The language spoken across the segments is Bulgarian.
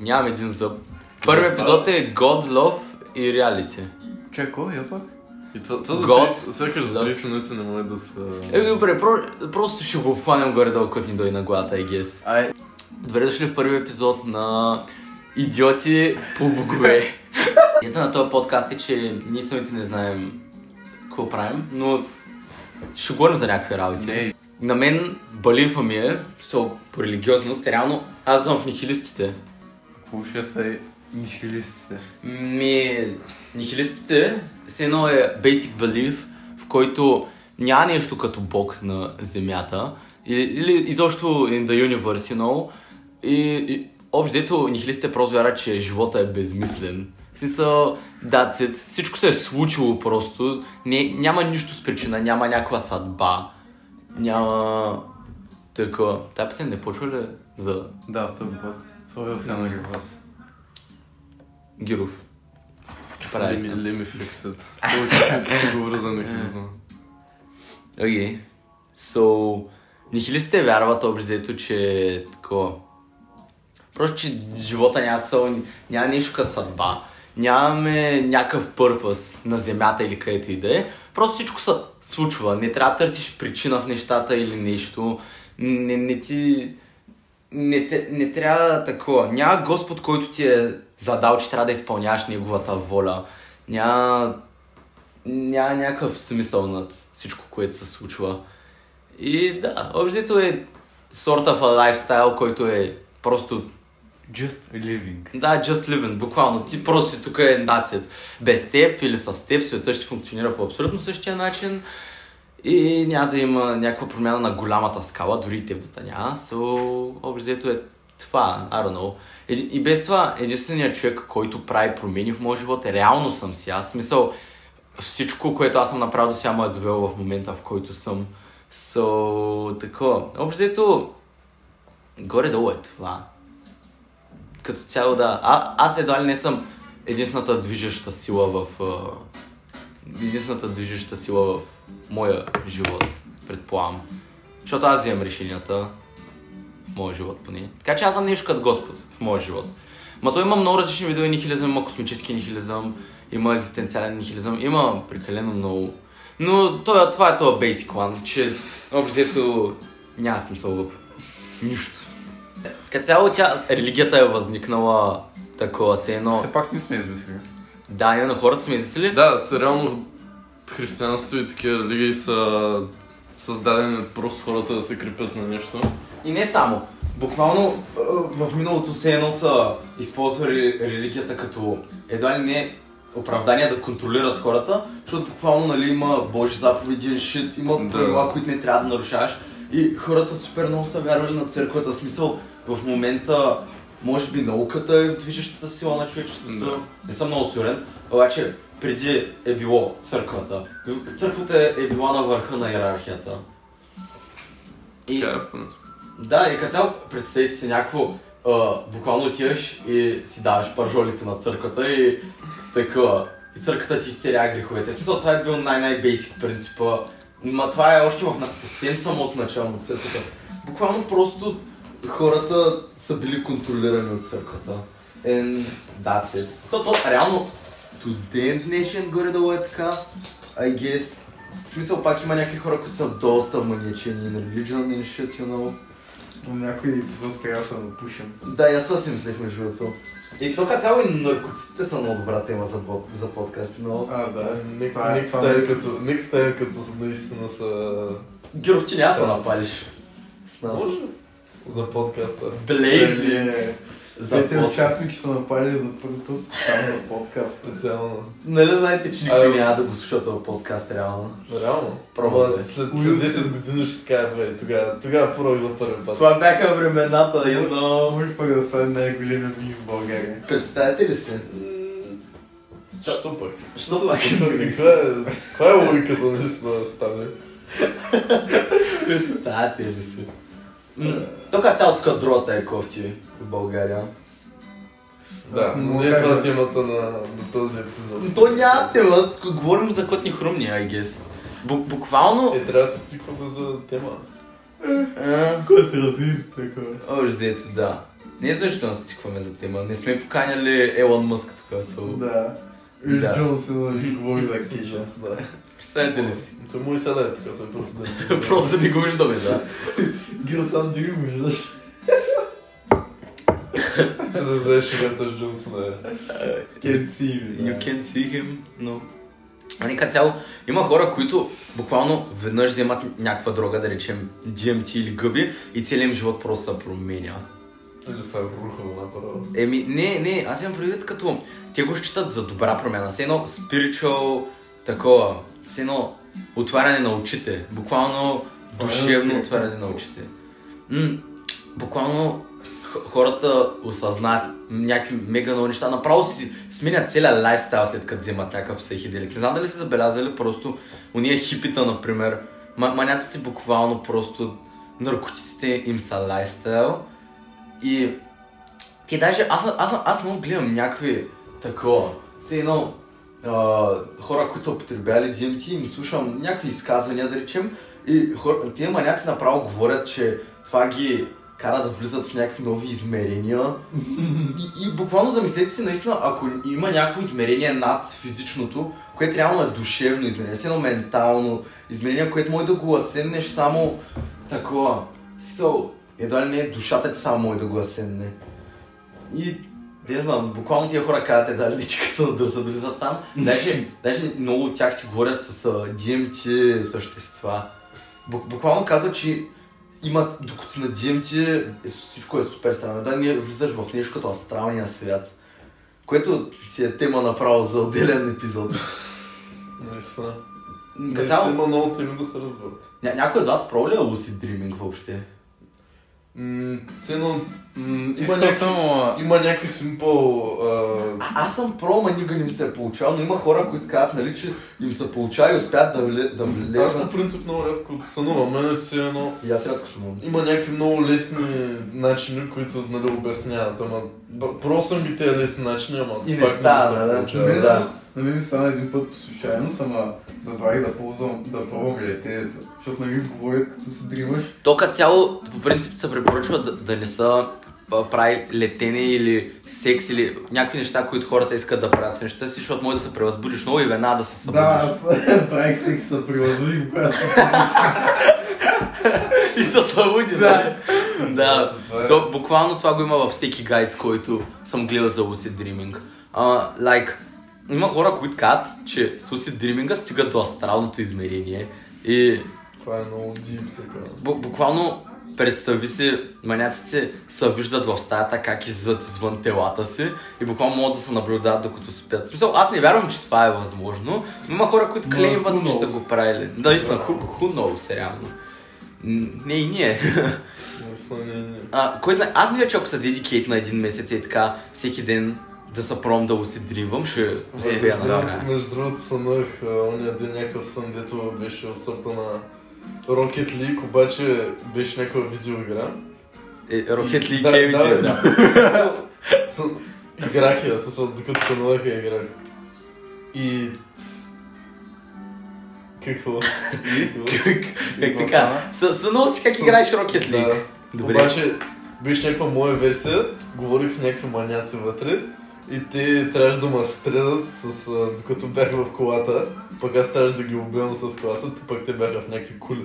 Нямам един зъб. Първият епизод е God, Love и Reality. Чакай, кой я пак? И това, това за Гол. 30, сякаш за Да. 30 минути не може да се... Е, добре, про- просто ще го хванем горе-долу, като ни дойде на главата, I guess. Ай, Добре дошли в първи епизод на Идиоти по букве. Ето на този подкаст е, че ние самите не знаем какво правим, но ще говорим за някакви работи. не, На мен балифа ми е, со, по религиозност, реално аз съм в нихилистите. какво ще са нихилистите? Ми, е нихилистите все едно е basic belief, в който няма нещо като Бог на Земята, и- или изобщо in the universe, you know. И, и общо дето нихилистите просто вярват, че живота е безмислен. В Смисъл, that's it. Всичко се е случило просто. Не, няма нищо с причина, няма някаква съдба. Няма... Така, тази песен не почва ли за Да, сто път. Сложил се на глас. Гиров? Прави. Лими, лими фиксът. Повече си, си говоря за нихилизма. Окей. Okay. So, нихилистите вярват общо взето, че е такова. Просто, че живота няма сол, няма нещо като съдба. Нямаме някакъв пърпъс на земята или където и да е. Просто всичко се случва. Не трябва да търсиш причина в нещата или нещо. Не, не ти... Не, те- не трябва такова. Няма Господ, който ти е задал, че трябва да изпълняваш Неговата воля. Няма няма някакъв смисъл над всичко, което се случва. И да, общото е sort of a lifestyle, който е просто, Just living. да, just living, буквално. Ти просто си тук е нацията. Без теб или с теб света ще функционира по абсолютно същия начин и няма да има някаква промяна на голямата скала, дори и теб да та няма. So, общото е това, I don't know. И, и без това, единственият човек, който прави промени в моя живот, е реално съм си. Аз в смисъл, всичко, което аз съм направил до сега ме е довело в момента, в който съм. So, такова. Общо взето, горе-долу е това. Като цяло да. А, аз едва ли не съм единствената движеща сила в... а, единствената движеща сила в моя живот, предполагам. Защото аз вземам решенията в моя живот поне. Така че аз съм нещо като Господ в моя живот. Ма то има много различни видове нихилизъм, има космически нихилизъм, има екзистенциален нихилизъм, има прекалено много. Но това, това е това basic one, че общо взето няма смисъл в нищо. Като цяло тя, религията е възникнала такова, се едно... Все пак не сме измислили. Да, именно хората сме измислили. Да, са реално християнство и такива религии са създадени от просто хората да се крепят на нещо. И не само. Буквално а, в миналото все едно са използвали религията като едва ли не оправдание да контролират хората, защото буквално нали, има Божи заповеди, шит, има Да. правила, които не трябва да нарушаваш. И хората супер много са вярвали на църквата. В Смисъл, в момента може би науката е движещата сила на човечеството. Да. Не съм много сигурен, обаче преди е било църквата. Църквата е- е била на върха на иерархията. И Така е, в принцип. да, и като цяло, представете си някакво, а, буквално отиваш и си даваш пържолите на църквата и такова. И църквата ти изтеря греховете. В смисъл, това е бил най-най-бейсик принципа. Ма това е още в на- съвсем самото начало на църквата. Буквално просто хората са били контролирани от църквата. And that's it. Защото реално до ден днешен горе-долу е така. I guess. В смисъл пак има някакви хора, които са доста маниачени на religion and shit, you know. В някой епизод трябва да се напушим. Да, и аз това си мислех между другото. И тук цяло и наркотиците са много добра тема за, бо- за подкаст, но... А, да. Ник- Това е- Ник това е- Стайл като, Ник Стайл като са- наистина са Гюров, ти няма да се напалиш. С нас. Може. за подкаста. Блейзи! Е, За Двете подкаст. участники са напали за първи път там за подкаст. Специално. Нали знаете, че никой Ай, няма да го слуша този подкаст, реално. Реално. Пробвай, Ама бе. След Уил 10 години ще си кажа, бе, тогава, тогава пробвах за първи път. Това бяха времената, но... Може пък да са най-големи ми в България. Представете ли си? Що пък? Що пак? Каква е- Каква е логиката наистина да стане? Представете ли си? Тук цялото кадрota е кофти в България. Да, Аз не мога не е да това кажа. темата на, на този епизод. То няма тема, говорим за кот ни хрумни, I guess. Бу- буквално... Е, трябва да се стикваме за тема. Е, Кой се развива такова? Общо взето, да. Не е защо се цикваме за тема. Не сме поканяли Елон Мъск тук. да се- Да. е Рич Да. Джонсън ще говори за Кейджънс. Да. Представете ли си? Той му и сега да е така, той просто да е. Просто не го виждаме, да. Гил сам ти го виждаш. Ти да знаеш шегата с Джонсона. е. Can't see me. You can see him, но... А не като цяло, има хора, които буквално веднъж вземат някаква дрога, да речем DMT или гъби и целият им живот просто се променя. Или са руха на направо. Еми, не, не, аз имам предвид като те го считат за добра промяна, все едно spiritual такова, все едно отваряне на очите, буквално душевно Отваряне на отваряне на очите. М, буквално х- хората осъзнаят някакви мега много неща, направо си сменят целият лайфстайл след като вземат някакъв психеделик. Не знам дали сте забелязали просто уния хипита, например, ма- маняците буквално просто наркотиците им са лайфстайл и те даже, аз, аз, аз много гледам някакви такова. Все едно а, хора, които са употребяли DMT, им слушам някакви изказвания, да речем, и хора, тия маняци направо говорят, че това ги кара да влизат в някакви нови измерения. И, и буквално замислете си, наистина, ако има някакво измерение над физичното, което реално е душевно измерение, все едно ментално измерение, което може да го асеннеш само такова. So, едва ли не душата ти само може да го асенне. И не знам, буквално тия хора казват едва ли не, че като се надърсат, влизат там. Даже, даже много от тях си говорят с а, DMT същества. Бу- буквално казват, че имат, докато си на DMT, е- всичко е супер странно. Да, ние влизаш в нещо като астралния свят. Което си е тема направо за отделен епизод. Наистина. Като Наистина цяло, има много теми да се разберат. ня- някой от вас проля Lucid Dreaming въобще? М, Цено, М, Има Искам някакви- само... има някакви симпъл... а, А, аз съм про, ма никога не ми се е получавал, но има хора, които казват, нали, че им се получава и успят да, вле, да Аз влезат. по принцип много рядко сънувам, мен е си едно... И аз рядко съм умни. Има някакви много лесни начини, които нали, обясняват, ама б- просвам ги тези лесни начини, ама И не пак става, да. не се получава. Мен, Да. На мен ми стана един път по случайност, ама забравих да ползвам, да пробвам летенето. Защото нали говорят като се дримаш, То като цяло, по принцип се препоръчва да, да не са а, прави летене или секс или някакви неща, които хората искат да правят с неща си, защото може да се превъзбудиш много и веднага да се събудиш. Да, аз правих секс се привъзвих, когато и се събуди, да. да. Това е- То, буквално това го има във всеки гайд, който съм гледал за Lucid Dreaming. А, like, има хора, които казват, че с Lucid Dreaming стигат до астралното измерение и Това е много дип така. Бу- буквално представи си, маняците се виждат в стаята как излизат извън телата си и буквално могат да се наблюдават докато спят. В смисъл, аз не вярвам, че това е възможно, но има хора, които Ма, клеймват, who че са knows? го правили. Да, истина, who, who knows, реално. М, Не и ние. Наистина не, не. А, кой знае, аз мисля, че ако се дедикейт на един месец и така всеки ден да се пробвам да усидривам, Е, ще успея нали? Между на другото- Между другото сънах а, ония ден някакъв сън, дето беше от сорта на Rocket League, обаче беше някаква видеоигра. Рокет Лиг Да, е да, видео, бе. да. Смисъл, сън- Играх я, в смисъл, докато сънувах я играх. И... Какво? И какво? Как- Как Е, така? Съ- Сънувал си как Сън- играеш Рокет Лиг. Да. Добре. Обаче беше някаква моя версия, говорих с някакви маняци вътре и те трябваше да ме стрелят, с, а, докато бях в колата, пък аз трябваше да ги убивам с колата, пък те бяха в някакви кули.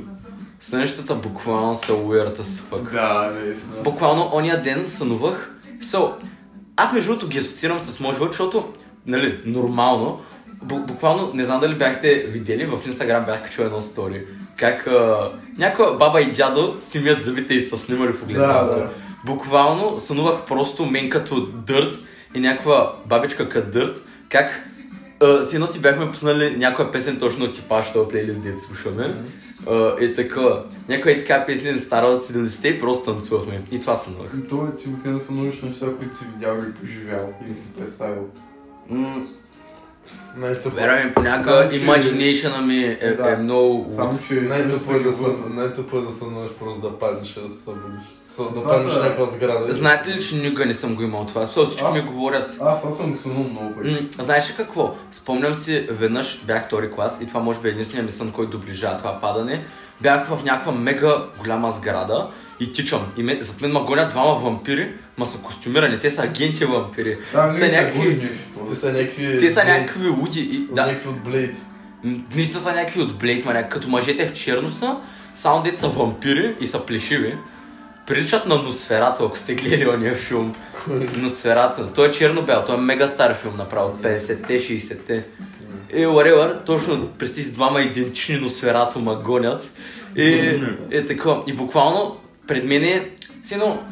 С нещата буквално са уерата с фък. Да, наистина. Буквално ония ден сънувах. So, аз между другото ги асоциирам с моят живот, защото, нали, нормално, бу- буквално, не знам дали бяхте видели, в Инстаграм бях качил едно стори, как а, някоя баба и дядо си мият зъбите и са снимали в огледалото. Да, да. Буквално сънувах просто мен като дърт и някаква бабичка като дърт, как а, си едно си бяхме пуснали някоя песен точно от типа, що е плейлист, дето слушаме. А, и така, някоя е така песен стара от 70-те и просто танцувахме. И това сънувах. Това е ти обикновено са научни неща, които си видял и поживял или си представил. М, Най-тъпо Вярвам, понякога Само, че- имагинейшъна ми е, Да. е много... Само, че най-тъпо е да са... сън- най-тъпо е да сънуваш просто да паднеш, а да се събудиш. Со- Да Това паднеш са- някаква сграда. Знаете ли, че никога не съм го имал това? Защото всички А? ми говорят... Аз аз съм го сънул много пъти. М, знаеш ли какво? Спомням си, веднъж бях втори клас и това може би е единствения ми сън, който доближава това падане. бях в някаква мега голяма сграда и тичам. И ме, зад мен ма гонят двама вампири, ма са костюмирани, те са агенти вампири. Там е са някакви... Те нещо. са някакви... Те са Блейд. някакви луди и От да, Някакви от Блейд. М, Наистина са някакви от Блейк, ма като мъжете в черно са, само дете са вампири и са плешиви. Приличат на Носферато, ако сте гледали ония филм. Носферато. Той е черно-бял, той е мега стар филм направо, от 50-те, 60-те. И whatever, точно през тези двама идентични Носферато ма гонят. И е такова. И буквално пред мен е... Все едно,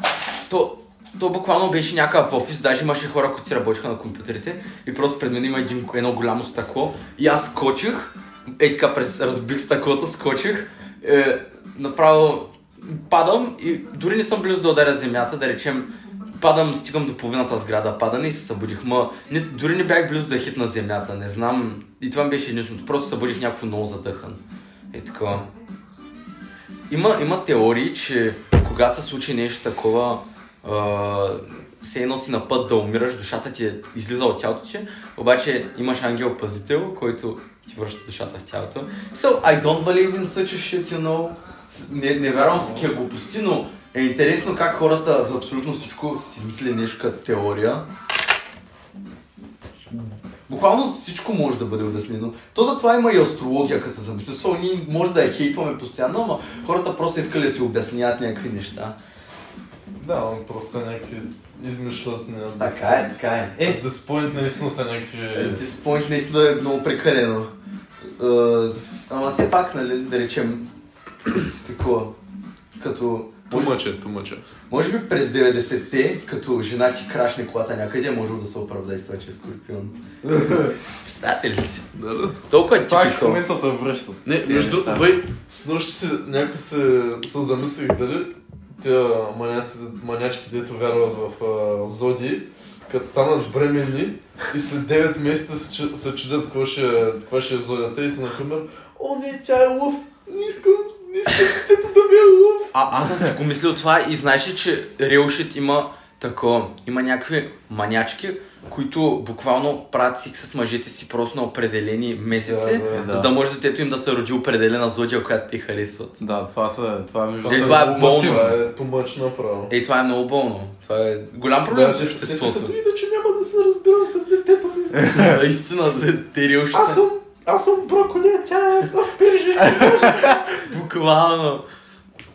то, то буквално беше някакъв офис, даже имаше хора, които си работиха на компютрите и просто пред мен има един, едно голямо стъкло и аз скочих, е така през, разбих стъклото, скочих, е, направо падам и дори не съм близо да ударя земята, да речем падам, стигам до половината сграда, падане и се събудих. Ма, не, дори не бях близо да хитна земята, не знам. И това ми беше единственото. Просто събудих някакво много задъхан. Е така. Има, има теории, че когато се случи нещо такова, а, все едно си на път да умираш, душата ти е излиза от тялото ти, обаче имаш ангел-пазител, който ти връща душата в тялото. So, I don't believe in such a shit, you know. Не, не вярвам в такива глупости, но е интересно как хората за абсолютно всичко си мисли нещо като теория. Буквално всичко може да бъде обяснено. То затова има и астрология, като замисля. So, ние може да я хейтваме постоянно, ама хората просто искали да си обясняват някакви неща. Да, но просто са някакви измишлени. така е. Е, да спойнт наистина са някакви... Ти спомних наистина е много прекалено. Е, Ама все пак, нали, да речем, такова, като... Тумаче, тумаче. Може би през 90-те, като жена ти крашне колата някъде, може да се оправдай с това, че е скорпион. Представете ли си? Да, да. Толкова е Това е в типично. момента се връщат. Не, Тези между... неща. Вай, С нощи си, някакво се, се замислих дали тия маняци, манячки, дето вярват в а, зоди, като станат бременни и след 9 месеца се, чу- се чудят какво ще, е- каква ще е зодията и са, например, о не, тя е лъв, не искам, не искам детето да ми е лъв. А, аз съм си го мислил това и знаеш ли, че Real Shit има такова, има някакви манячки, които буквално правят секс с мъжете си просто на определени месеци, Да, да, да. за да може детето им да се роди определена зодия, която те харесват. Да, това са... Това е между... Е, това е много болно. масивно. Това е тумач направо. Ей, това е много болно. Това е голям проблем Да, в те са те са обществото. като иначе няма да се разбирам с детето ми. Истина, да, те Real Shit Аз съм, аз съм броколи, а тя е аспирже. Буквално.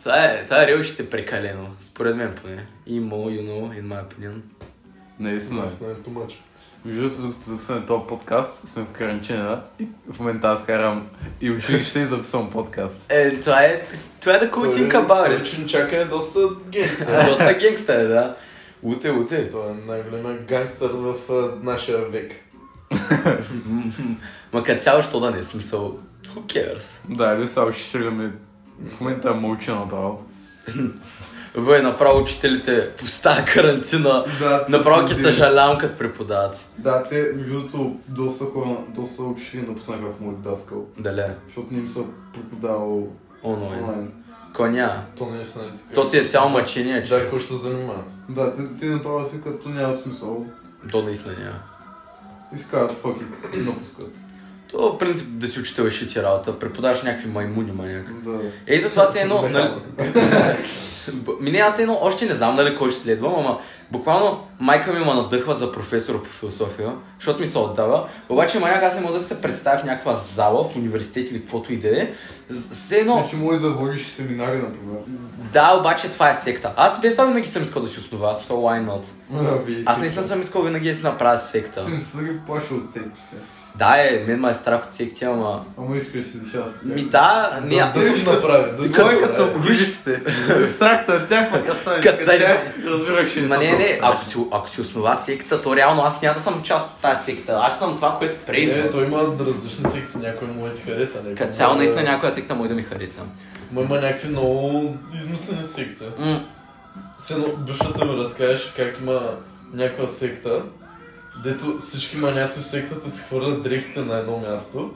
Това е, това е Real Shit е прекалено, според мен поне. Имо, you know, in my opinion. Наистина. Наистина е тумач. Между другото, докато записваме този подкаст, сме в карантина и в момента аз карам и училище и записвам подкаст. Е, това е, това е да култинка Той бавре. че чака е доста геймстър. Доста генгста е, да. Уте, уте. Той е най-големия гангстър в а, нашия век. Ма като цяло, що да не е смисъл. Who cares? Да, или сега ще стреляме. В момента е мълча направо. Вие направо учителите в тази карантина. Да, Направо ги те- съжалявам като преподават. Да, те, между другото, доста хора, доста учители напуснаха в моят даскал, Дале. защото не им се преподавал Онлайн. онлайн. Коня. То не е наистина така. То си е цяло мъчение, че Да, какво ще се занимава? Да, те, те направо си като няма смисъл. то наистина няма. И си казват, fuck it, и напускат. То, в принцип, да си учител е шити работа. Преподаваш някакви маймуни, маняк. Да. Ей, затова се едно... Да, нали- Б- Ми не, аз едно още не знам дали кой ще следвам, ама буквално майка ми ме надъхва за професора по философия, защото ми се отдава. Обаче, маняк, аз не мога да се представя в някаква зала в университет или каквото и да е. З- Все едно, Значи може да водиш семинари, например. да, обаче това е секта. Аз без това винаги съм искал да си основа, so why not? Аби, Аз наистина съм искал винаги да си направя секта. Ти не се ги плаши от сектите. Да, е, мен ме е страх от секция, ама... Ама искаш да си дишаш с тях. Ми да, не, Ами Да, аз... е да си направи, да си направи. вижте сте. Страхта от тях, пък аз стане. Като да разбираш, че Ма не, не, просто. ако си, ако си основа секта, то реално аз няма да съм част от тази секта. Аз съм това, което Е, преизвам. той има да различни секции, някой му е ти хареса. някой Като му цяло е- наистина някоя секта може да ми хареса. Ма има някакви много измислени секции. М, С едно душата ми разкажеш как има някаква секта, дето всички маняци в сектата си хвърлят дрехите на едно място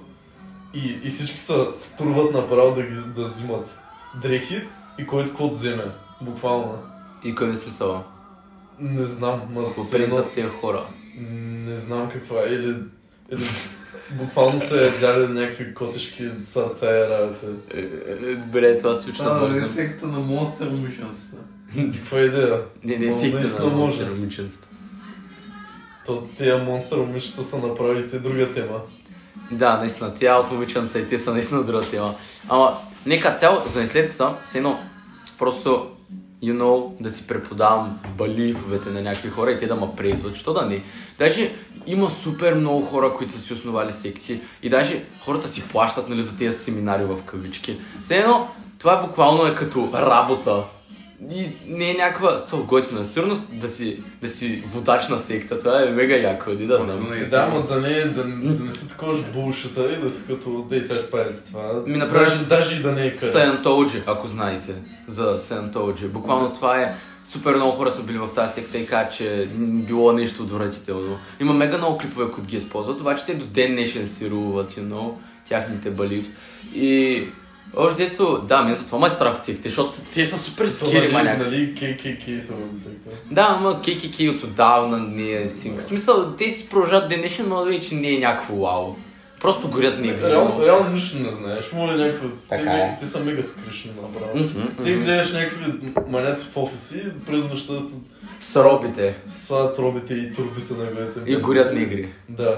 и, и всички се втурват направо да, ги, да взимат дрехи и който какво вземе, буквално. И кой е смисъл? Не знам, ма Ако все едно- тези хора. не знам каква е, или, или Буквално се ядяли някакви котешки сърца и работи. Е, е, е, Добре, това се случи на Това е Бог. сектата на монстър мишенцата. Каква идея? Не, е нали, не, Ама сикна наистина на Е, може. монстър момиченцата. То тия монстър момичета са направите друга тема. Да, наистина, тя от момиченца и те са наистина друга тема. Ама, нека цяло, замислете се, все едно, просто, you know, да си преподавам балифовете на някакви хора и те да ме презват, що да не. Даже има супер много хора, които са си основали секции и даже хората си плащат, нали, за тези семинари в кавички. Все едно, това буквално е като работа. И не е някаква съоготина. Сигурно да си, да си водач на секта, това е мега яко, да, да, да. Особено и Да, там. ма да не, е- да, да не са такова ж булшата и да са като, да и сега ще правите това. Ми направиш- Даже, даже и да не е къде. Scientology, ако знаете за Scientology. Буквално това е супер много хора са били в тази секта и казват, че м, било нещо отвратително. Има мега много клипове, които ги използват, обаче те до ден днешен си руват, you know, тяхните баливс. И още взето, да, мен за това ме е страх от секте, защото те са супер То, скири, нали, маняк. нали, KKK са в секта. Да, ама KKK от отдавна не е тинг. В смисъл, те си продължават ден днешен, но вече не е някакво вау. Просто горят не е Реално, реално нищо не знаеш. Моля някаква... Те, Така някакви- е. те са мега скришни направо. Ти гледаш някакви маняци в офиси и през нощта с- Сробите слагат робите и турбите на гледите. и горят негри. Да.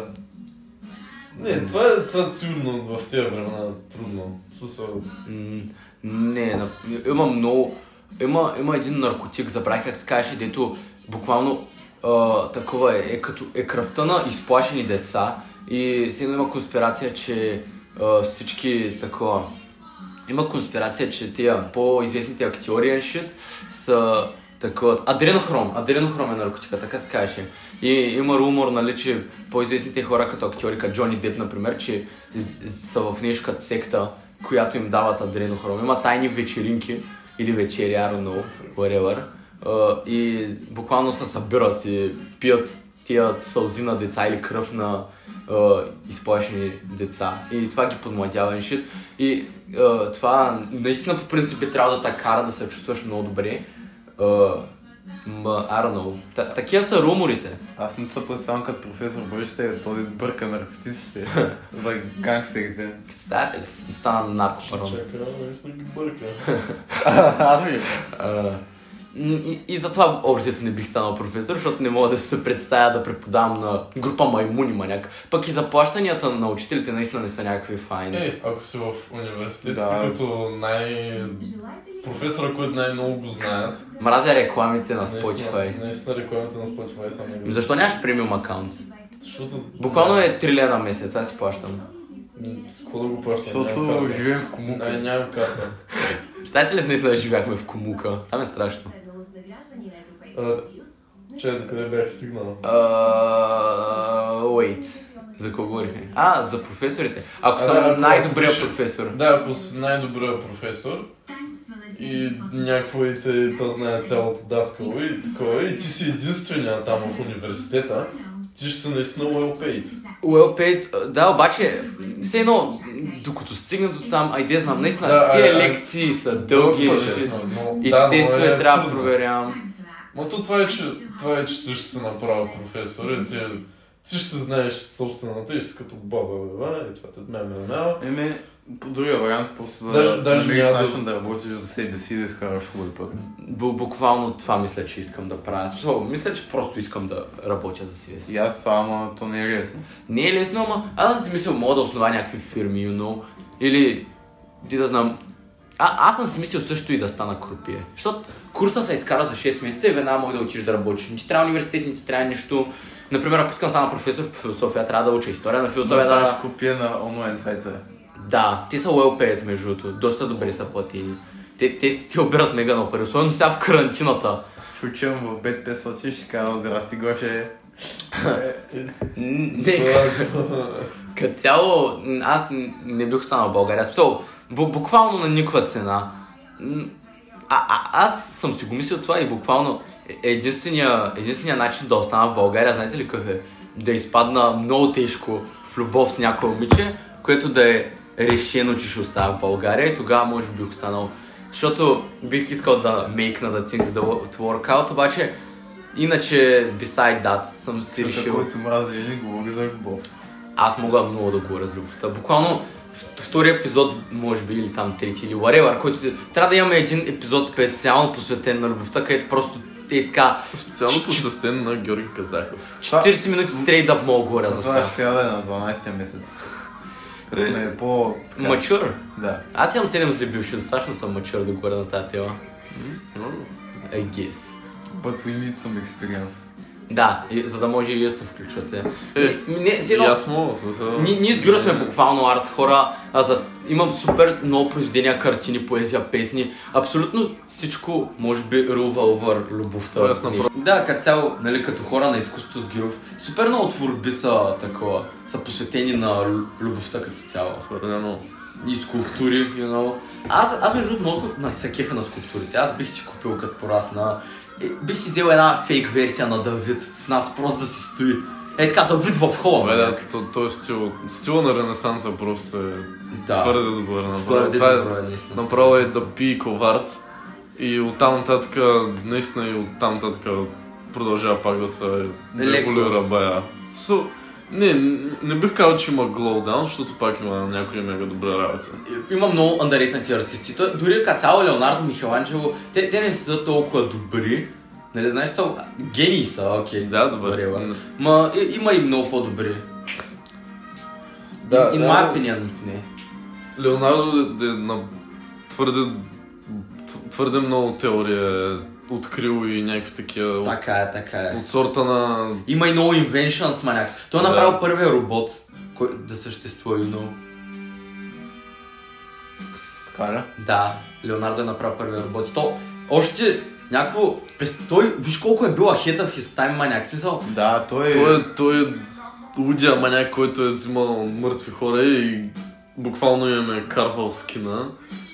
Не, това е, това е сигурно в тези времена трудно. В Смисъл, М, Не, на... има много... Има, има един наркотик, забравих как се каже, дето буквално а, такова е, е, като, е кръвта на изплашени деца и все едно има конспирация, че а, всички такова... Има конспирация, че тия по-известните актьори and shit са такова... Адренохром, адренохром е наркотика, така се каже. И има румор, нали, че по-известните хора като актьори, като Джони Деп, например, че з- з- са в нещо като секта, която им дават адренохром. Има тайни вечеринки или вечери, I don't know, whatever. А, И буквално се събират и пият тия сълзи на деца или кръв на а, изплашени деца. И това ги подмладява и shit. И а, това наистина по принцип би трябвало да те кара да се чувстваш много добре. А, Ма, I don't know. Та- такива са руморите. Аз не се представям като професор Бъдеще е този бърка наркотиците за гангстерите. Представяте ли си? Стана наркопарон. чака, наистина ги бърка. Аз ми. А, И, и затова обзето не бих станал професор, защото не мога да се представя да преподавам на група маймуни маняк. Пък и заплащанията на учителите наистина не са някакви файни. Е, ако си в университет, Да. си като най... Желаете ли Професора, който най-много го знаят. Мразя рекламите на Наистина, Spotify. наистина рекламите на Spotify е са Ами много. Защо нямаш премиум акаунт? Защото... Буквално е 3 лена месец, аз си плащам. М, С какво да го плащам? Защото Нямам карта. живеем в Не, комука. нямам карта. Знаете ли с наистина да живяхме в Комука? Там е страшно. следвало за граждани на Европейския А, съюз? Че, докъде бях стигнал? А, Wait. За кого говорихме? А, за професорите. Ако А, да, съм ако най-добрият пише- професор. Да, ако си най-добрия професор и някакво и те, то знае цялото даскало и такова, и ти си единствения там в университета, ти ще си наистина well paid. Well paid, а, да, обаче, все едно, докато стигна до там, айде знам, наистина, Да, е, тия а, а, лекции са дълги Пък, ще- но- и да, но тестове е трябва да трудно. проверявам. Ма то това е, че, това е, че ти ще се направя професор е и ти, ти ще се знаеш собствената и ще си като баба, баба, и това те ме, ме, ме. Еми, по другия вариант просто за Даже- да даже намериш няма да- начин да работиш за себе си и да изкараш хубави път. Бу- буквално това мисля, че искам да правя. В смисъл, мисля, че просто искам да работя за себе си. И аз това, ама то не е лесно. Не е лесно, ама аз съм си мислил, мога да основа някакви фирми, you know, или ти да знам. А, аз съм си мислил също и да стана крупие. Защото курса се изкара за 6 месеца и веднага мога да отидеш да работиш. Не ти трябва университет, не ти трябва нищо. Например, ако искам само професор по философия, трябва да уча история на Това философия. да Да, купя на онлайн сайта. да, те са well paid, между другото. Доста добре са платени. Те, те, те обират мега много пари, особено сега в карантината. Ще учим в бед 500 и ще казвам, здрасти Гоше. Н- Не, Това- Като цяло, м, аз н- не бих останал в България. Сол, бу- буквално на никаква цена. М, А, а, аз съм си го мислил това и буквално е- единствения, единствения начин да остана в България, знаете ли какъв е? Да изпадна много тежко в любов с някое момиче, което да е решено, че ще остана в България и тогава може би бих останал. Защото бих искал да мейкна да things да work out, обаче иначе beside that съм си Ти решил. нали, който мрази жени, говори за любов. Аз мога много да говоря за любовта. Буквално в- втори епизод, може би, или там трети, или whatever, който трябва да имаме един епизод специално посветен на любовта, където просто е така Специално посъстен на Георги Казаков. 40 минути стрейт да мога да говоря за Това това. ще трябва да е на 12-я месец. Като сме по... така, Мачур. Да. Аз имам 7 зли бивши, достатъчно съм мачур да говоря на тази тема. I guess. But we need some experience. Да, и- за да може и вие да се включвате. Е, Не, не, си И едно- аз мога. смисъл. Ние, ние с Гюро сме буквално арт хора. А за... Имам супер много произведения, картини, поезия, песни. Абсолютно всичко, може би, рува over любовта. Тоест, Нещо. напротив. Да, като цяло, нали, като хора на изкуството с Гюров, супер много творби са такова, са посветени на лю- любовта като цяло. Твърде много. И скулптури, you know. Аз, аз между другото, много съм на се кефа на скулптурите. Аз бих си купил като порасна. Е, бих си взел една фейк версия на Давид в нас просто да си стои. Е така, Давид в хола. нали? Абе, да, маняк. то, то е стил. Стила на Ренесанса просто е да. твърде добър. Направо. Твърде Това е добро е, наистина. Направо е да пи ковард. И оттам нататък, наистина и оттам нататък продължава пак да се да Е, Леко. еволюира бая. So, не, не бих казал, че има глоудаун, защото пак има някои мега добра работа. Има много андаретнати артисти. Той, дори като цяло Леонардо Михеланджело, те, те не са толкова добри. Нали, знаеш, са гении са, окей. Да, добър. е. Ма и, има и много по-добри. Да, In my opinion, поне. Леонардо е- е на твърде, твърде много теория е открил и някакви такива от, Така е, така е. от сорта на... Има и много inventions, маняк. Той е Да. направил първия робот, който да съществува и много. Кара. Да, Леонардо е направил първия робот. То още някакво... През... Той, виж колко е била хета в his time, маняк. В Смисъл, Да, той е... Той, е- той е лудия маняк, който е взимал мъртви хора и буквално им е карвал скина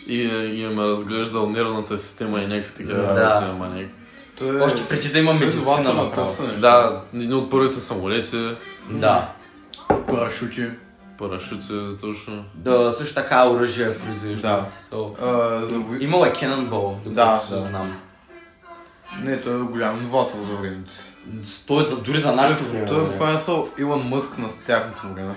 и е- им е разглеждал нервната система и някакви такива Да. работи на маняк. Той е... още преди да има той е медицина двата на направо. тоса нещо. Да, един от първите самолети, Да. Парашути. парашути, точно. Да, също така оръжие произвежда. Да. So, А, за вой- Имал е Кенънбол, Да, доколкото да. да. знам. Не, той е голям новатор за времето си. Той е за, дори за нашето време. Той е нали? понесъл Илон Мъск на тяхното време.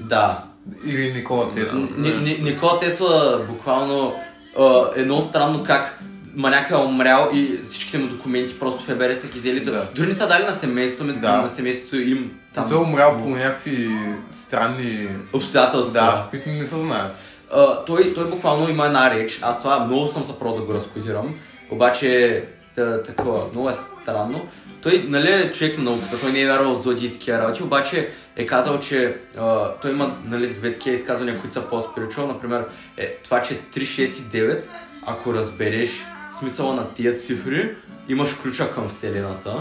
Да. Или Никола Тесла. Ни- Ни- Никола Тесла буквално а, е много странно как маняка е умрял и всичките му документи просто в ФБР са ги взели. Да. Да. Дори не са дали на семейството ми, Да. на семейството им там. Той е умрял по някакви странни... Обстоятелства. Да, които не се знаят. А, той, той буквално има една реч. Аз това много съм се пробвал да го разкодирам. Обаче, та, такова, много е странно. Той, нали, е човек на науката, той не е вярвал в злодии и такива работи, обаче е казал, че а, той има, нали, две такива изказвания, които са по-спиричуал. Например, е, това, че 3, 6 и 9, ако разбереш смисъла на тия цифри, имаш ключа към Вселената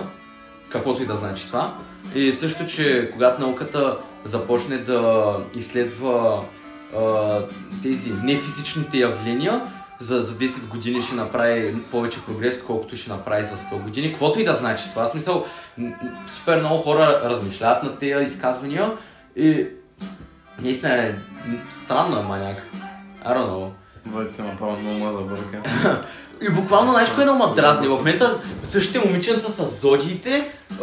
каквото и да значи това. И също, че когато науката започне да изследва а, тези нефизичните явления, за, за 10 години ще направи повече прогрес, отколкото ще направи за 100 години. Каквото и да значи това. В смисъл, м, м, супер много хора размишляват на тези изказвания и наистина е м, странно е маняк. I don't know. Бъдете направо много ма забърка. И буквално, знаеш кое е много ме дразни? В момента същите момиченца с зодиите а,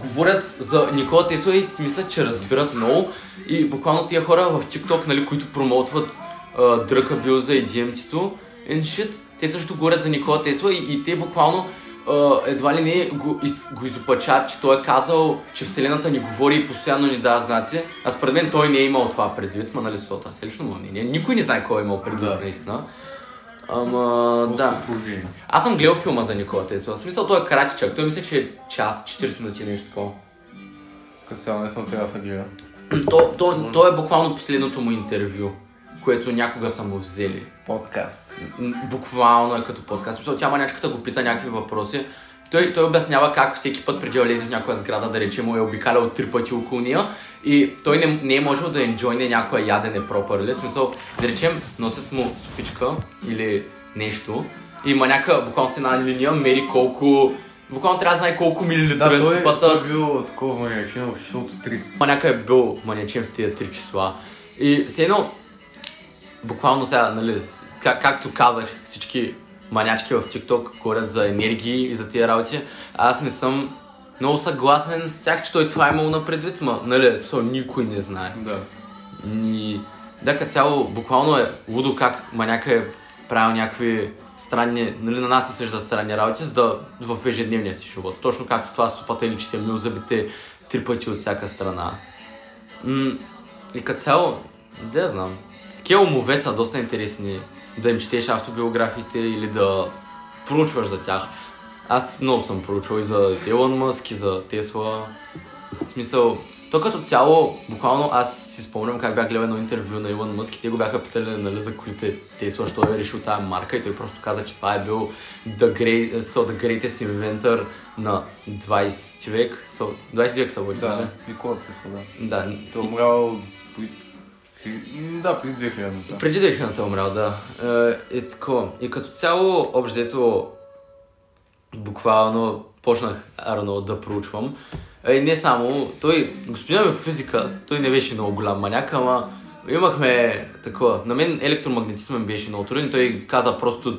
говорят за Никола Тесла и си мислят, че разбират много. И буквално тия хора в TikTok, нали, които промотват а, дръка бил за EDM-тито and shit, те също говорят за Никола Тесла и, и те буквално а, едва ли не го, из, го изопачат, че той е казал, че Вселената ни говори и постоянно ни дава знаци. А според мен той не е имал това предвид, ма нали, сота, се лично му мнение. Никой не знае кой е имал предвид, Да. наистина. Ама, да. Положение. Аз съм гледал филма за Никола Тесла. В смисъл той е кратичък. Той мисля, че е час, 40 минути нещо такова. Като сега не съм трябва да се гледа. То, то, то е буквално последното му интервю, което някога са му взели. Подкаст. М, Буквално е като подкаст. В Смисъл, тя манячката го пита някакви въпроси. Той, той обяснява как всеки път преди да влезе в някоя сграда, да рече му е обикалял три пъти около нея и той не, не е можел да енджойне някоя ядене properly. В смисъл, да речем, носят му супичка или нещо и маняка буквално с една линия мери колко... Буквално трябва да знае колко Да, милилитра той, е той супата. е бил такова маниачен в числото 3. Маняка е бил манечен в тия три числа. И все едно, буквално сега, нали, как, както казах, всички манячки в TikTok говорят за енергии и за тия работи. Аз не съм Много съгласен с тях, че той това е имал на предвид, ма, нали, в смисъл, никой не знае. Да. И да, като цяло, буквално е лудо как маняка е правил някакви странни, нали на нас не се ждат странни работи, за да в ежедневния си живот. Точно както това с супата или че си е мил зъбите три пъти от всяка страна. М- и като цяло, да я знам. Такива умове са доста интересни. Да им четеш автобиографиите или да проучваш за тях. Аз много съм проучвал и за Елон Мъск, и за Тесла. В смисъл, то като цяло, буквално аз си спомням как бях гледал едно интервю на Илон Мъск и те го бяха питали нали, за колите Тесла, що е решил тази марка и той просто каза, че това е бил the, great, so the greatest inventor на 20 век. So, 20 век са води, Да, Никола Тесла, да. да. Той е умрял при... при- Да, при 2000-та. Преди да е храната умрял, да. Е, е такова. И като цяло, общо дето, буквално почнах рано да проучвам. Е, не само, той, господина ми по физика, той не беше много голям маняк, ама имахме такова. На мен електромагнетизма ми беше много труден, той каза просто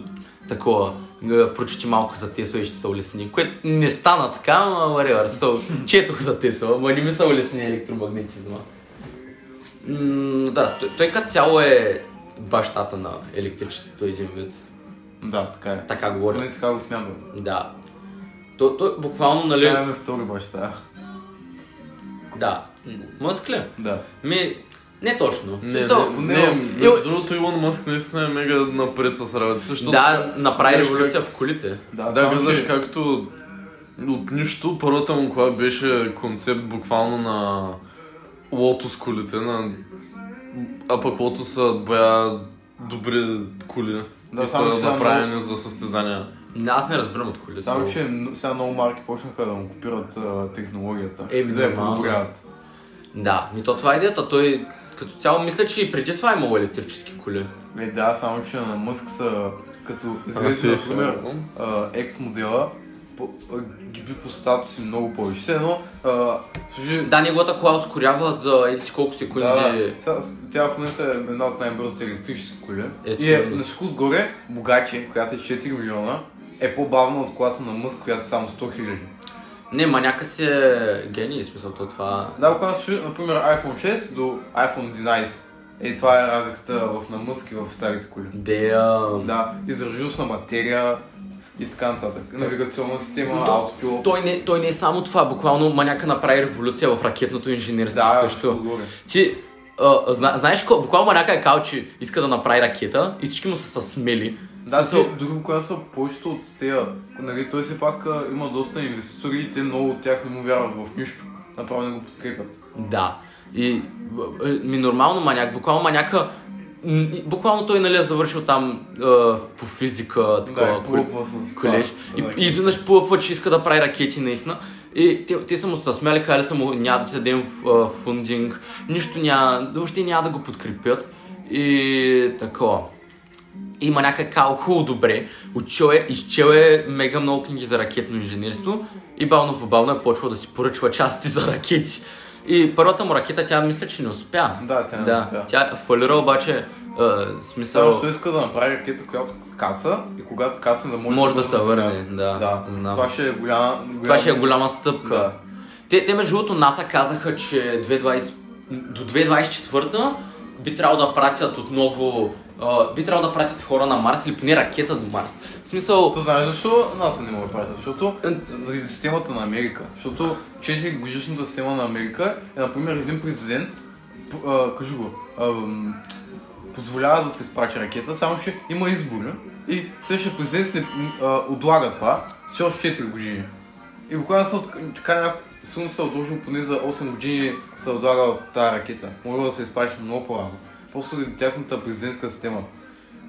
такова, е, прочети малко за Тесла и ще се улесни, което не стана така, ама whatever, so, четох за Тесла, ама не ми се улесни електромагнетизма. М, да, той, той като цяло е бащата на електричеството един вид. Да, така е. Така Нали? говоря. Поне така го смятам. Да. Той, той буквално, нали... Това е втори баща. Да. Мъск ли? Да. Ми, не точно. Не, Мисъл, не, не, но- между другото Илон Мъск наистина е мега напред с работа, защото... Да, направи Не, революция в колите. Да, Да, само гледаш че- както от нищо, първата му кола беше концепт буквално на лотос колите, на... а пък лотоса бая добри коли Да, и са само че сега направени за състезания. Не, аз не разбирам от коли. Само, so- че м- сега много марки почнаха да му копират а, технологията. Еми, да я нормално. подобряват. Да, ми то това е идеята. Той като цяло мисля, че и преди това е имало електрически коли. Е, да, само че на Мъск са като си излезе, е например, сигурно. а, екс модела, по- а, ги би по статуси много повече. Все едно, а, служи, Да, неговата кола ускорява за еди си колко секунди. Да, да. Сега, с- Тя в момента е една от най-бързите електрически коли. Е, и е, сигурно. на всичко отгоре, Бугачи, която е 4 милиона, е по-бавна от колата на Мъск, която е само 100 хиляди. Не, маняка си е гений, в смисъл то това. Да, когато служи, например, iPhone 6 до iPhone 11. Е, това е разликата в на Мъск и в старите коли. Дея. Да, изражилост на материя и така нататък. Навигационна система, То- аутопилот. Той не, той не е само това, буквално маняка направи революция в ракетното инженерство Да, всичко също. отгоре. Ти, а, зна, знаеш, какво? буквално маняка е кал, че иска да направи ракета и всички му са се смели. Да, Смисъл- те, дори която са повечето от тези, нали, той все пак а, има доста инвеститори и те много от тях не му вярват в нищо. Направо не го подкрепят. Да. И б- б- ми нормално маняк, буквално маняка, м, и буквално той нали е завършил там е, по физика, Да, такова, и плупва с това. колеж. И, Да, и изведнъж плъпва, че иска да прави ракети наистина. И те, те са му се смели, казали са му, няма да ти дадем а, фундинг, нищо няма, въобще няма да го подкрепят. И такова. Има някакъв кал хубаво добре, учил е, изчел е мега много книги за ракетно инженерство и бавно по бавно е почвал да си поръчва части за ракети. И първата му ракета, тя мисля, че не успя. Да, тя не да, успя. Тя фалира обаче, а, в смисъл, Само що иска да направи ракета, която каца и когато каца да може, може да се бързо върне. земя. Да, Да, знам. това ще е голяма... голяма... Това ще е голяма стъпка. Да. Те, те между другото НАСА казаха, че 2020, до 2024 би трябвало да пратят отново а, би трябвало да пратят хора на Марс или поне ракета до Марс. В смисъл, То знаеш защо нас не мога да правят? Защото е, заради системата на Америка. Защото 4 годишната система на Америка е, например, един президент, п- а, кажи го, ам, позволява да се изпрати ракета, само че има избори и същия президент не, м, а, отлага това с още 4 години. И буквално са отк- така няко- сигурно се отложил поне за 8 години се отлага тази ракета. Може да се изпрати много по-рано. Просто заради тяхната президентска система.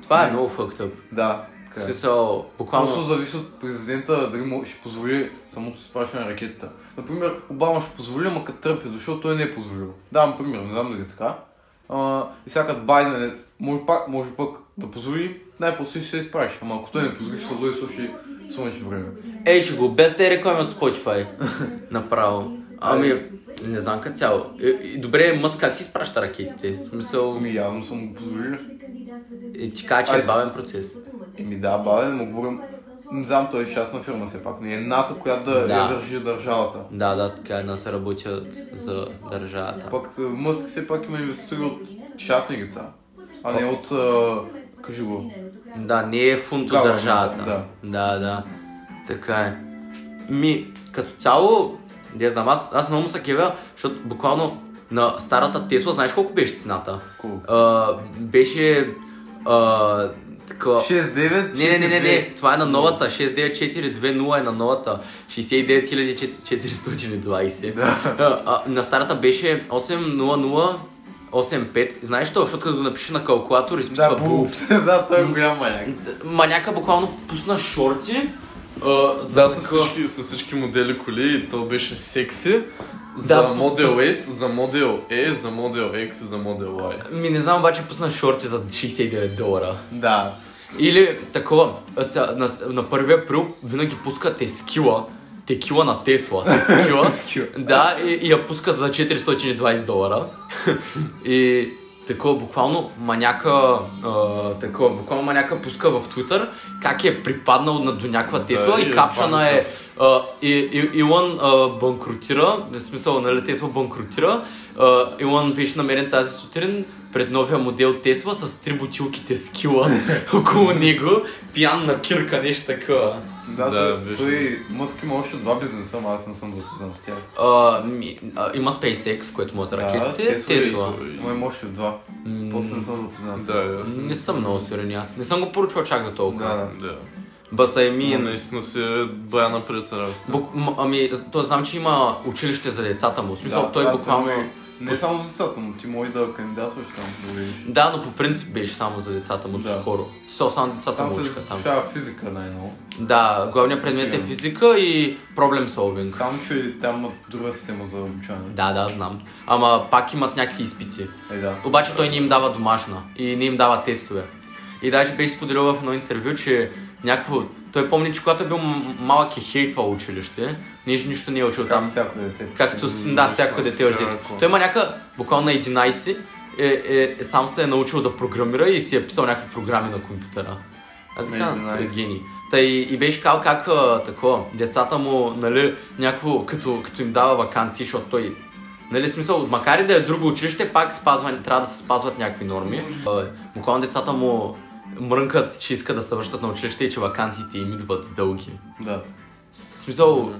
това е много fucked up. Да. В така е. смисъл, Просто буквално... зависи от президента дали му ще позволи самото изпращане на ракетата. Например, Обама ще позволи, ама като Тръмп е дошъл, той не е позволил. Давам пример, не знам дали е така. А, и сега като Байден е, може, пак, може пък да позволи, най-после ще се изпраща. Ама ако той не позволи, ще се дойде и слуши сумати време. Ей, ще го, без те реклами от Spotify. Направо. Ами, не знам като цяло. Е, е, Добре, Мъск как си изпраща ракетите? В смисъл, Ами явно съм го позволил. е, ти кажа, че е Ай. бавен процес. Еми да, Байден, му говорим не знам, той е частна фирма все пак. Не е НАСА, която да, Да. я държи държавата. Да, да, така една се работя за държавата. Пък е, Мъск все пак има инвеститори от частни лица, а не от... е, кажи го. Да, не е фунт от Government, държавата. Да. да, да. Така е. Ми, като цяло, не знам, аз, аз много му се кевя, защото буквално на старата Тесла, знаеш колко беше цената? Колко? А, беше... А, такова... 6-9, Не, не, не, не, не, това е на новата, 69420 е на новата, 69420. Да. А, а, на старата беше 80085. Знаеш то, защото като го напиша на калкулатор, изписва Да, бул. бупс. да, той е голям маняк. Маняка буквално пусна шорти. А, за Да, с такова- всички, с всички модели коли и то беше секси. За Model S, за Model E, за Model X, за Model Y. Ми не знам, обаче пусна шорти за 69 долара. Да. Или такова, а сега, на, на 1 април винаги пуска тескила, текила на Тесла. Тескила. да, и, и я пуска за 420 долара. и такова буквално маняка, а, такова, буквално маняка пуска в Twitter как е припаднал на, до някаква Тесла Да, и и е капшана е банкрот. а, и, и, Илон а, банкротира, в смисъл, нали, Тесла банкротира. А, Илон беше намерен тази сутрин пред новия модел Тесла с три бутилки тескила около него, пиян на кирка, нещо такова. Да, той, Да, беше. той Мъск има още два бизнеса, ама аз не съм запознат с тях. А, ми, а, има SpaceX, което му е за ракетите, Тесла. Тесла. Ама има още два. М, После не съм запознат с тях. Да, ясно. Не съм много сигурен, и аз не съм го поручвал чак до толкова. Да, Да. But I И mean, наистина се бая напред се раста. Бук, м- ами, то знам, че има училище за децата му. В смисъл, да, е- той да, буквално. той- Не само за децата му, ти можеш да кандидатстваш там, да видиш. Да, но по принцип беше само за децата му Да. скоро. Все, само децата Там му се учиха там. изучава физика най-ново. Да, главният предмет е Сигурно. физика и проблем солвинг. Само, че там има друга система за обучение. Да, да, знам. Ама пак имат някакви изпити. Е, да. Обаче той не им дава домашна и не им дава тестове. И даже беше споделил в едно интервю, че някакво... Той помни, че когато е бил м- малък е хейтвал училище, нищо, нищо не е учил Там там. всяко дете. Както с- да, М, всяко с- дете е с- дете. ако- Той има някакъв, буквално на 11, е, е, е, сам се е научил да програмира и си е писал някакви програми на компютъра. Аз На казвам, той е 11. гений. Та и, и беше казал как а, такова, децата му, нали, някакво, като, като им дава вакансии, защото той, нали, смисъл, макар и да е друго училище, пак спазва, трябва да се спазват някакви норми. А, Буквално децата му мрънкат, че искат да се връщат на училище и че вакансиите им идват дълги. Да. В смисъл,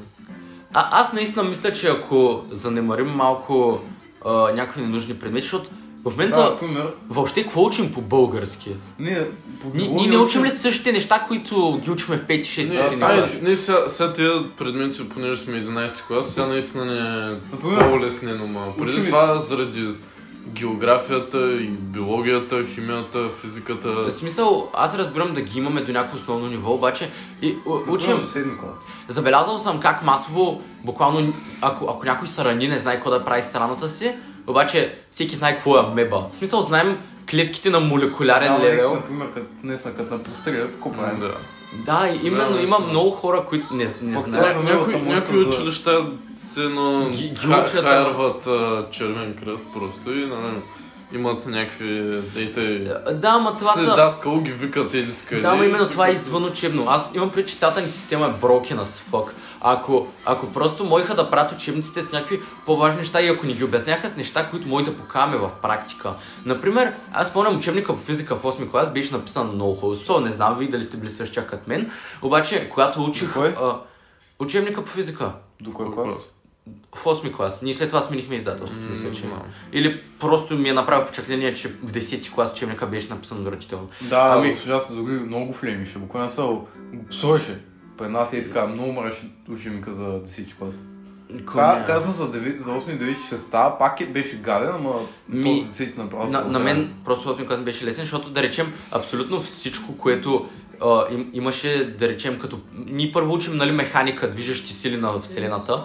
а, аз наистина мисля, че ако занемарим малко а, някакви ненужни предмети, защото в Да, момента например, въобще какво учим по български? ние по Ни- Ние биология не учим ли същите неща, които ги учим в 5 6 Не, Да, сега- само- не, сега, сега тия предмети, понеже сме 11 клас, сега наистина не е Например, по-леснено малко. Преди учим- това заради географията и биологията, химията, физиката. В смисъл, аз разбирам да ги имаме до някакво основно ниво, обаче и, у- Учим учим, до седми клас. Забелязал съм как масово, буквално, ако, ако някой се рани, не знае какво да прави с раната си, обаче всеки знае какво е амеба. В смисъл, знаем клетките на молекулярен Да, левел. лек, Например, като днес, като напострелят, какво правим? Да. Да, и именно Да, има наистина. много хора, които не, не Пък знаят. това е Някои, Милата му някои са за- училища се едно Ги- ги ха- учат, хайрват а, червен кръст просто и нали, имат някакви дейта и Да, ама това след са... даскал ги викат или скъде. Да, ама именно това е извън учебно. Аз имам предвид, че цялата ни система е broken as fuck. Ако, ако просто моеха да правят учебниците с някакви по-важни неща и ако ни ги обясняха с неща, които може да покаваме в практика. Например, аз спомням учебника по физика в 8 клас беше написан много хубаво. Не знам ви дали сте били същия като мен, обаче когато учих... Кой? а, учебника по физика До кой клас? в 8 клас. Ние след това сменихме издателството, М, мисля, че. знам. Или просто ми е направи впечатление, че в 10 клас учебника беше написан отвратително. Да, Ами- ами... госпожа се дори много флемише, буквално са го псуваше. Пред нас е така, много мръщи ученика за 10 клас. е? Ка, каза за, 9, за 8 9 6 пак е, беше гаден, ама Ми- после за 10 направо на, на мен просто 8 клас беше лесен, защото да речем абсолютно всичко, което а, им, имаше, да речем, като... Ние първо учим нали, механика, движещи сили на Вселената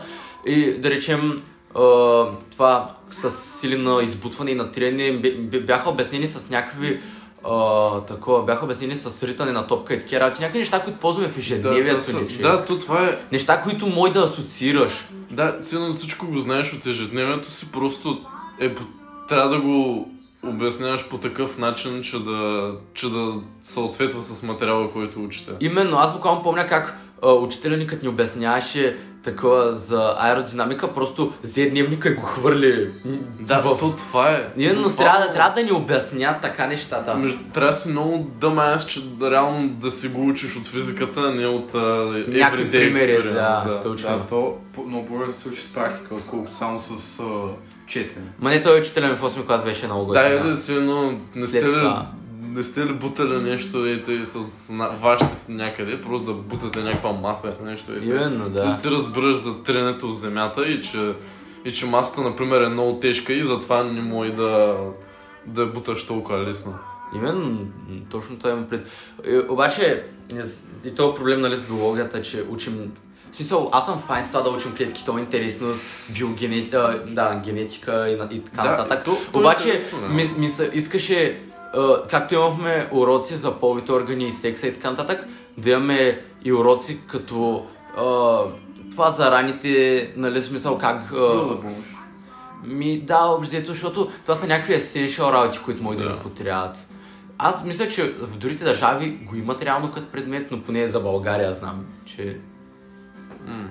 и да речем а, това с сили на избутване и на триене бе- бе- бяха обяснени с някакви а, такова, бяха обяснени с ритане на топка и такива работи. Някакви неща, които ползваме в Да, това ежедневието са- ни. че- да, то това е Неща, които мой да асоциираш. Да, сигурно всичко го знаеш от ежедневието си, просто е, по- трябва да го обясняваш по такъв начин, че да, че да съответва с материала, който учите. Именно, аз буквално помня как а, учителя ни като ни обясняваше такова за аеродинамика, просто взе дневника и го хвърли. Да, в- то това е. Именно, Буквално- трябва, да- трябва да ни обяснят така нещата. Между, трябва да си много дъма аз, че да, реално да си го учиш от физиката, а не от uh, Някакви everyday примери, experience. да, да. точно. Да, то по- много по-добре да се учи с практика, отколкото само с а, четене. Ма не, той учителя ми в 8 клас беше много Да, готин. е да си едно, не След сте ли, това. не сте ли бутали нещо и тъй с на, вашите си някъде, просто да бутате някаква маса или нещо. Ете. Именно, да. Ти разбираш за тренето в земята и че, и че масата, например, е много тежка и затова не може да, да я буташ толкова лесно. Именно, м, точно това имам пред. Е, обаче, не з- и то е проблем нали, с биологията, че учим... В смисъл, аз съм файн с това да учим клетки, то е интересно, биогене... а, да, генетика и, на- и така Да, нататък. то- то е обаче, интересно, да. ми, ми се искаше, а, както имахме уроци за половите органи и секса и така нататък, да имаме и уроци като а, това за раните, нали, смисъл как... а, Първо за помощ. ми да, общо, взето, защото това са някакви essential работи, които могат да, Да. ни потрябват. Аз мисля, че в другите държави го имат реално като предмет, но поне за България знам, че... М.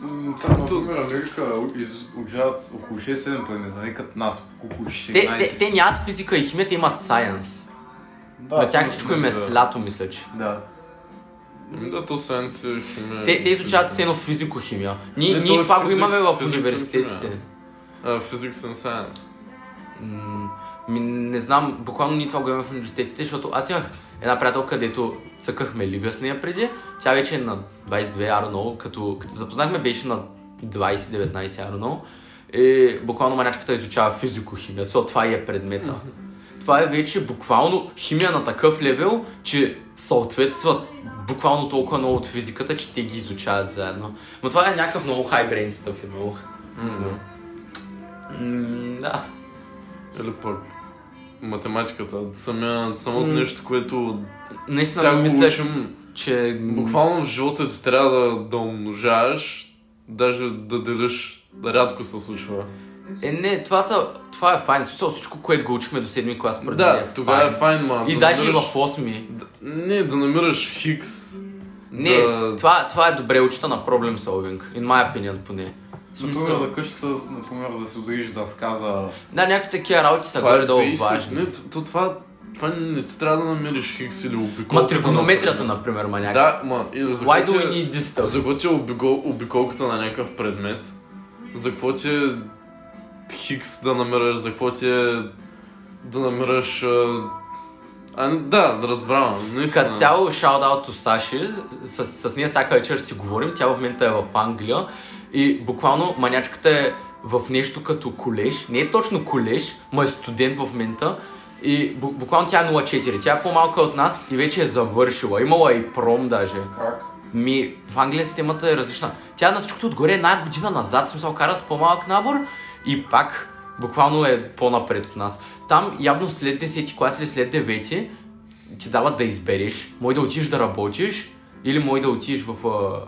М, Сега, например, Америка из- обжават около 6-7 предмета, не като нас, около Те, те, 16. те нямат физика и химия, те имат сайенс. Да, На тях сигурно всичко сме им е за- слято, мисля, че. Да. Ами Да, то сайенс е химия. Те, те изучават все едно физико-химия. Ние, Не, ние то е това го physics- имаме в physics and университетите. химия. А, Physics and Science. М, Ми, не знам, буквално ние това го имаме в университетите, защото аз имах една приятелка, където цъкахме лига с нея преди. Тя вече е на 22 Арно, като, като запознахме беше на 20-19 Арно. И буквално манячката изучава физико-химия, со това и е предмета. Това е вече буквално химия на такъв левел, че съответстват буквално толкова много от физиката, че те ги изучават заедно. Но това е някакъв много high brain stuff и много. М, да. Или пък математиката. Самия, самото М. нещо, което Наистина сега го мисля, учим. че Буквално в живота ти трябва да, да умножаваш, даже да делиш рядко се случва. Е, не, това, са, това е файн. В Смисъл, всичко, което го учихме до 7 клас, според мен Да, тогава е файн, ма. И да даже и в намираш- 8. да- Не, да намираш Хикс. Не, да... това, това е добре учета на problem solving. In my opinion, поне. В Например, Смисъл, за къщата, например, да се удариш дъска за... да, някакви такива работи са това е горе-долу basic. важни. Не, то, то това, това не ти трябва да намериш Хикс или обиколката. Ма тригонометрията, например, например. ма някакви. Да, ма. И за Why do което we е- need this stuff? За какво ти е обикол, обиколката на някакъв предмет? За какво ти е хикс да намираш? За какво ти е да намираш... А, а да, да разбравам, наистина. Като цяло, shout out to Саши. С, с нея всяка вечер си говорим. Тя в момента е в Англия. И буквално манячката е в нещо като колеж. Не е точно колеж, ма е студент в момента. И бу- буквално тя е 04. Тя е по-малка от нас и вече е завършила. Имала е и пром даже. Как? Ми, в Англия системата е различна. Тя на всичкото отгоре е една година назад, в смисъл кара с по-малък набор и пак буквално е по-напред от нас. Там явно след 10 клас или след 9 ти дават да избереш. Мой да отиш да работиш или мой да отиш в а,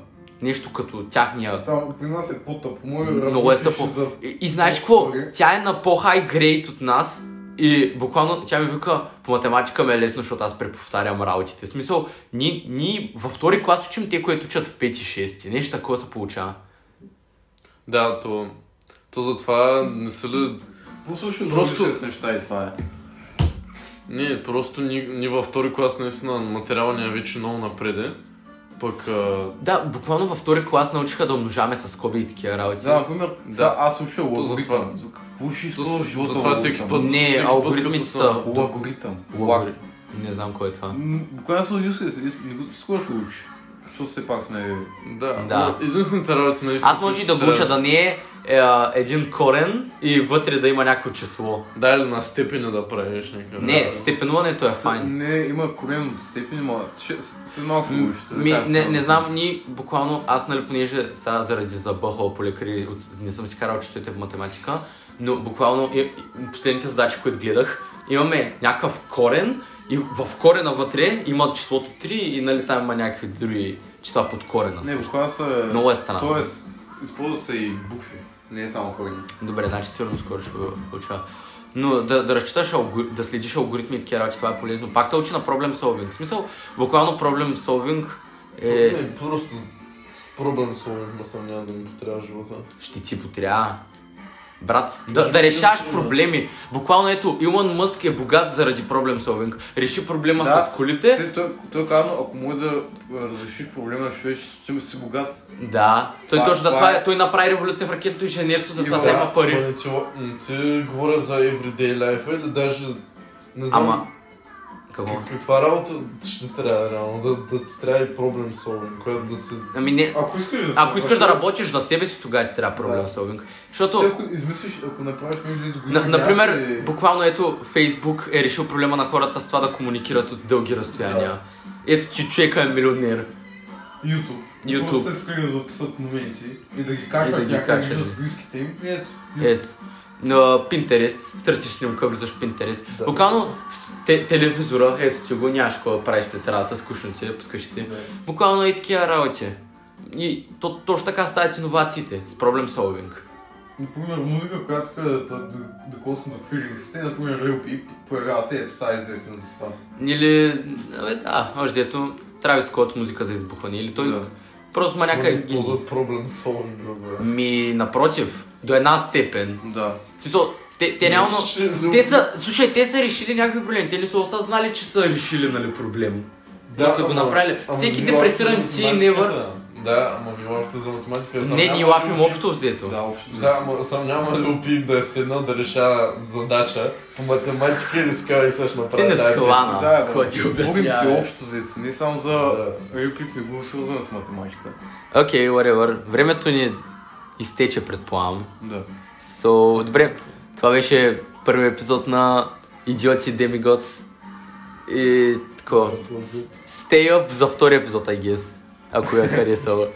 нещо като тяхния Само при нас е по-тъпо. Мой много е работиш тъпо. За... И, и знаеш какво? Добре. Тя е на по-хай грейд от нас и буквално тя ми вика, по математика ме е лесно, защото аз преповтарям работите. В смисъл, ние, ние във втори клас учим те, които учат в 5 и 6. Нещо такова се получава. Да, то... То затова не са ли... Послушай, Просто- просто с неща и това е. Не, просто ни, ни във втори клас наистина материала ни е вече много напреде. Пък... А, Да, буквално във втори клас научиха да умножаваме с коби и такива работи. Да, например, да. аз слушам То логаритъм. затова- За какво ще то използваш с- живота затова всеки логаритъм? път... Не, всеки път, алгоритмите като са- съм- Логаритъм. Логари. Не знам кой е това. Буквално се юска, не го скоро ще учиш. Защото все пак сме... Да, Да. да. единствените работи наистина... Аз може и да които го уча трябва- да не е, е а, един корен и вътре да има някакво число. Да, или на степени да правиш някакъв. Не, степенуването е файн. Не, има корен от степени, ма... ще- След малко ще го учиш. Ми, Така, не, само не да знам, си- ни буквално, аз нали, понеже сега заради забъхал по лекари, от- не съм си карал чувствите в математика, но буквално и, и последните задачи, които гледах, имаме някакъв корен и в корена вътре има числото 3 и нали там има някакви други числа под корена. Не, буквално са... Много е странно. Тоест, използва се и букви. Не е само корени. Добре, значи сигурно скоро ще го уча. Но да, да разчиташ, алгор... да следиш алгоритми и такива работи, това е полезно. Пак те учи на проблем солвинг. В смисъл, буквално проблем солвинг е... Не, просто с проблем с мисъл няма да ми потрябва живота. ще ти потрябва. Брат, да, да решаваш проблеми. Буквално ето, Илон Мъск е богат заради проблем солвинг. Реши проблема Да. с колите. Те, той, той казва, ако може да а, разрешиш проблема на човечеството, си богат. Да. Той Това- точно за това това, е- е- той направи революция в ракетното инженерство, за това Има- сега има пари. Ама не ти, не ти говоря за everyday life или даже не знам Ама. Какво? как- каква работа ще трябва реално, да, да ти трябва и проблем solving, която да се... Ами не. Ако искаш да се Ако искаш да обръщаш- работиш за себе си, тогава ти трябва проблем Да. солвинг. Ти Защото ако измислиш, ако направиш между и до На, година, например, е няма да си- буквално ето Фейсбук е решил проблема на хората с това да комуникират от дълги разстояния. Ето, че човека е милионер. YouTube. YouTube. Просто се спри да записват моменти и да ги И да качват ги някъде да качат. виждат близките им. И ето. Ето. На Пинтерест, търсиш снимка, влизаш в Пинтерест. Да. Буквално с те, телевизора, ето ти го, нямаш какво да правиш след работа, скучно ти, е, пускаш си. Буквално и такива работи. И то, точно така стават иновациите с проблем солвинг. Например, музика, която иска да, да, да, да косне до филингсите, например, Lil Peep, появява се, е става известен за това. Или, абе, да, може дето, Травис Скот музика за избухване. Или той Да. просто ма да някакъв използва. използват Ами, проблем solving за да... Ми, напротив, до една степен. Да. В смисъл, те, те реално... Мислиш, че- Те са, слушай, те са решили някакви проблеми. Те не са осъзнали, че са решили, нали, проблем. Да, са го ама- направили. ама Всеки Нил депресиран Афим за ти не математиката. вър- Да, ама ви лафите за математика. Сам Не, няма ни лафим Лил Пип- общо взето. Да, общо. Да, ама сам няма Люпин да е седнал да решава задача по математика и да си казва и сега ще Ти направи не тая схвана. Да, бе, какво ти Говорим ти обяснява. общо взето, не само за Да. Рюпип, не го свързваме с математика. Окей, whatever. Времето ни изтече, предполагам. Да. So, добре. Това беше първият епизод на Идиоти Demigod. И такова. песен. Stay up за втори епизод, I guess. Ако я харесала.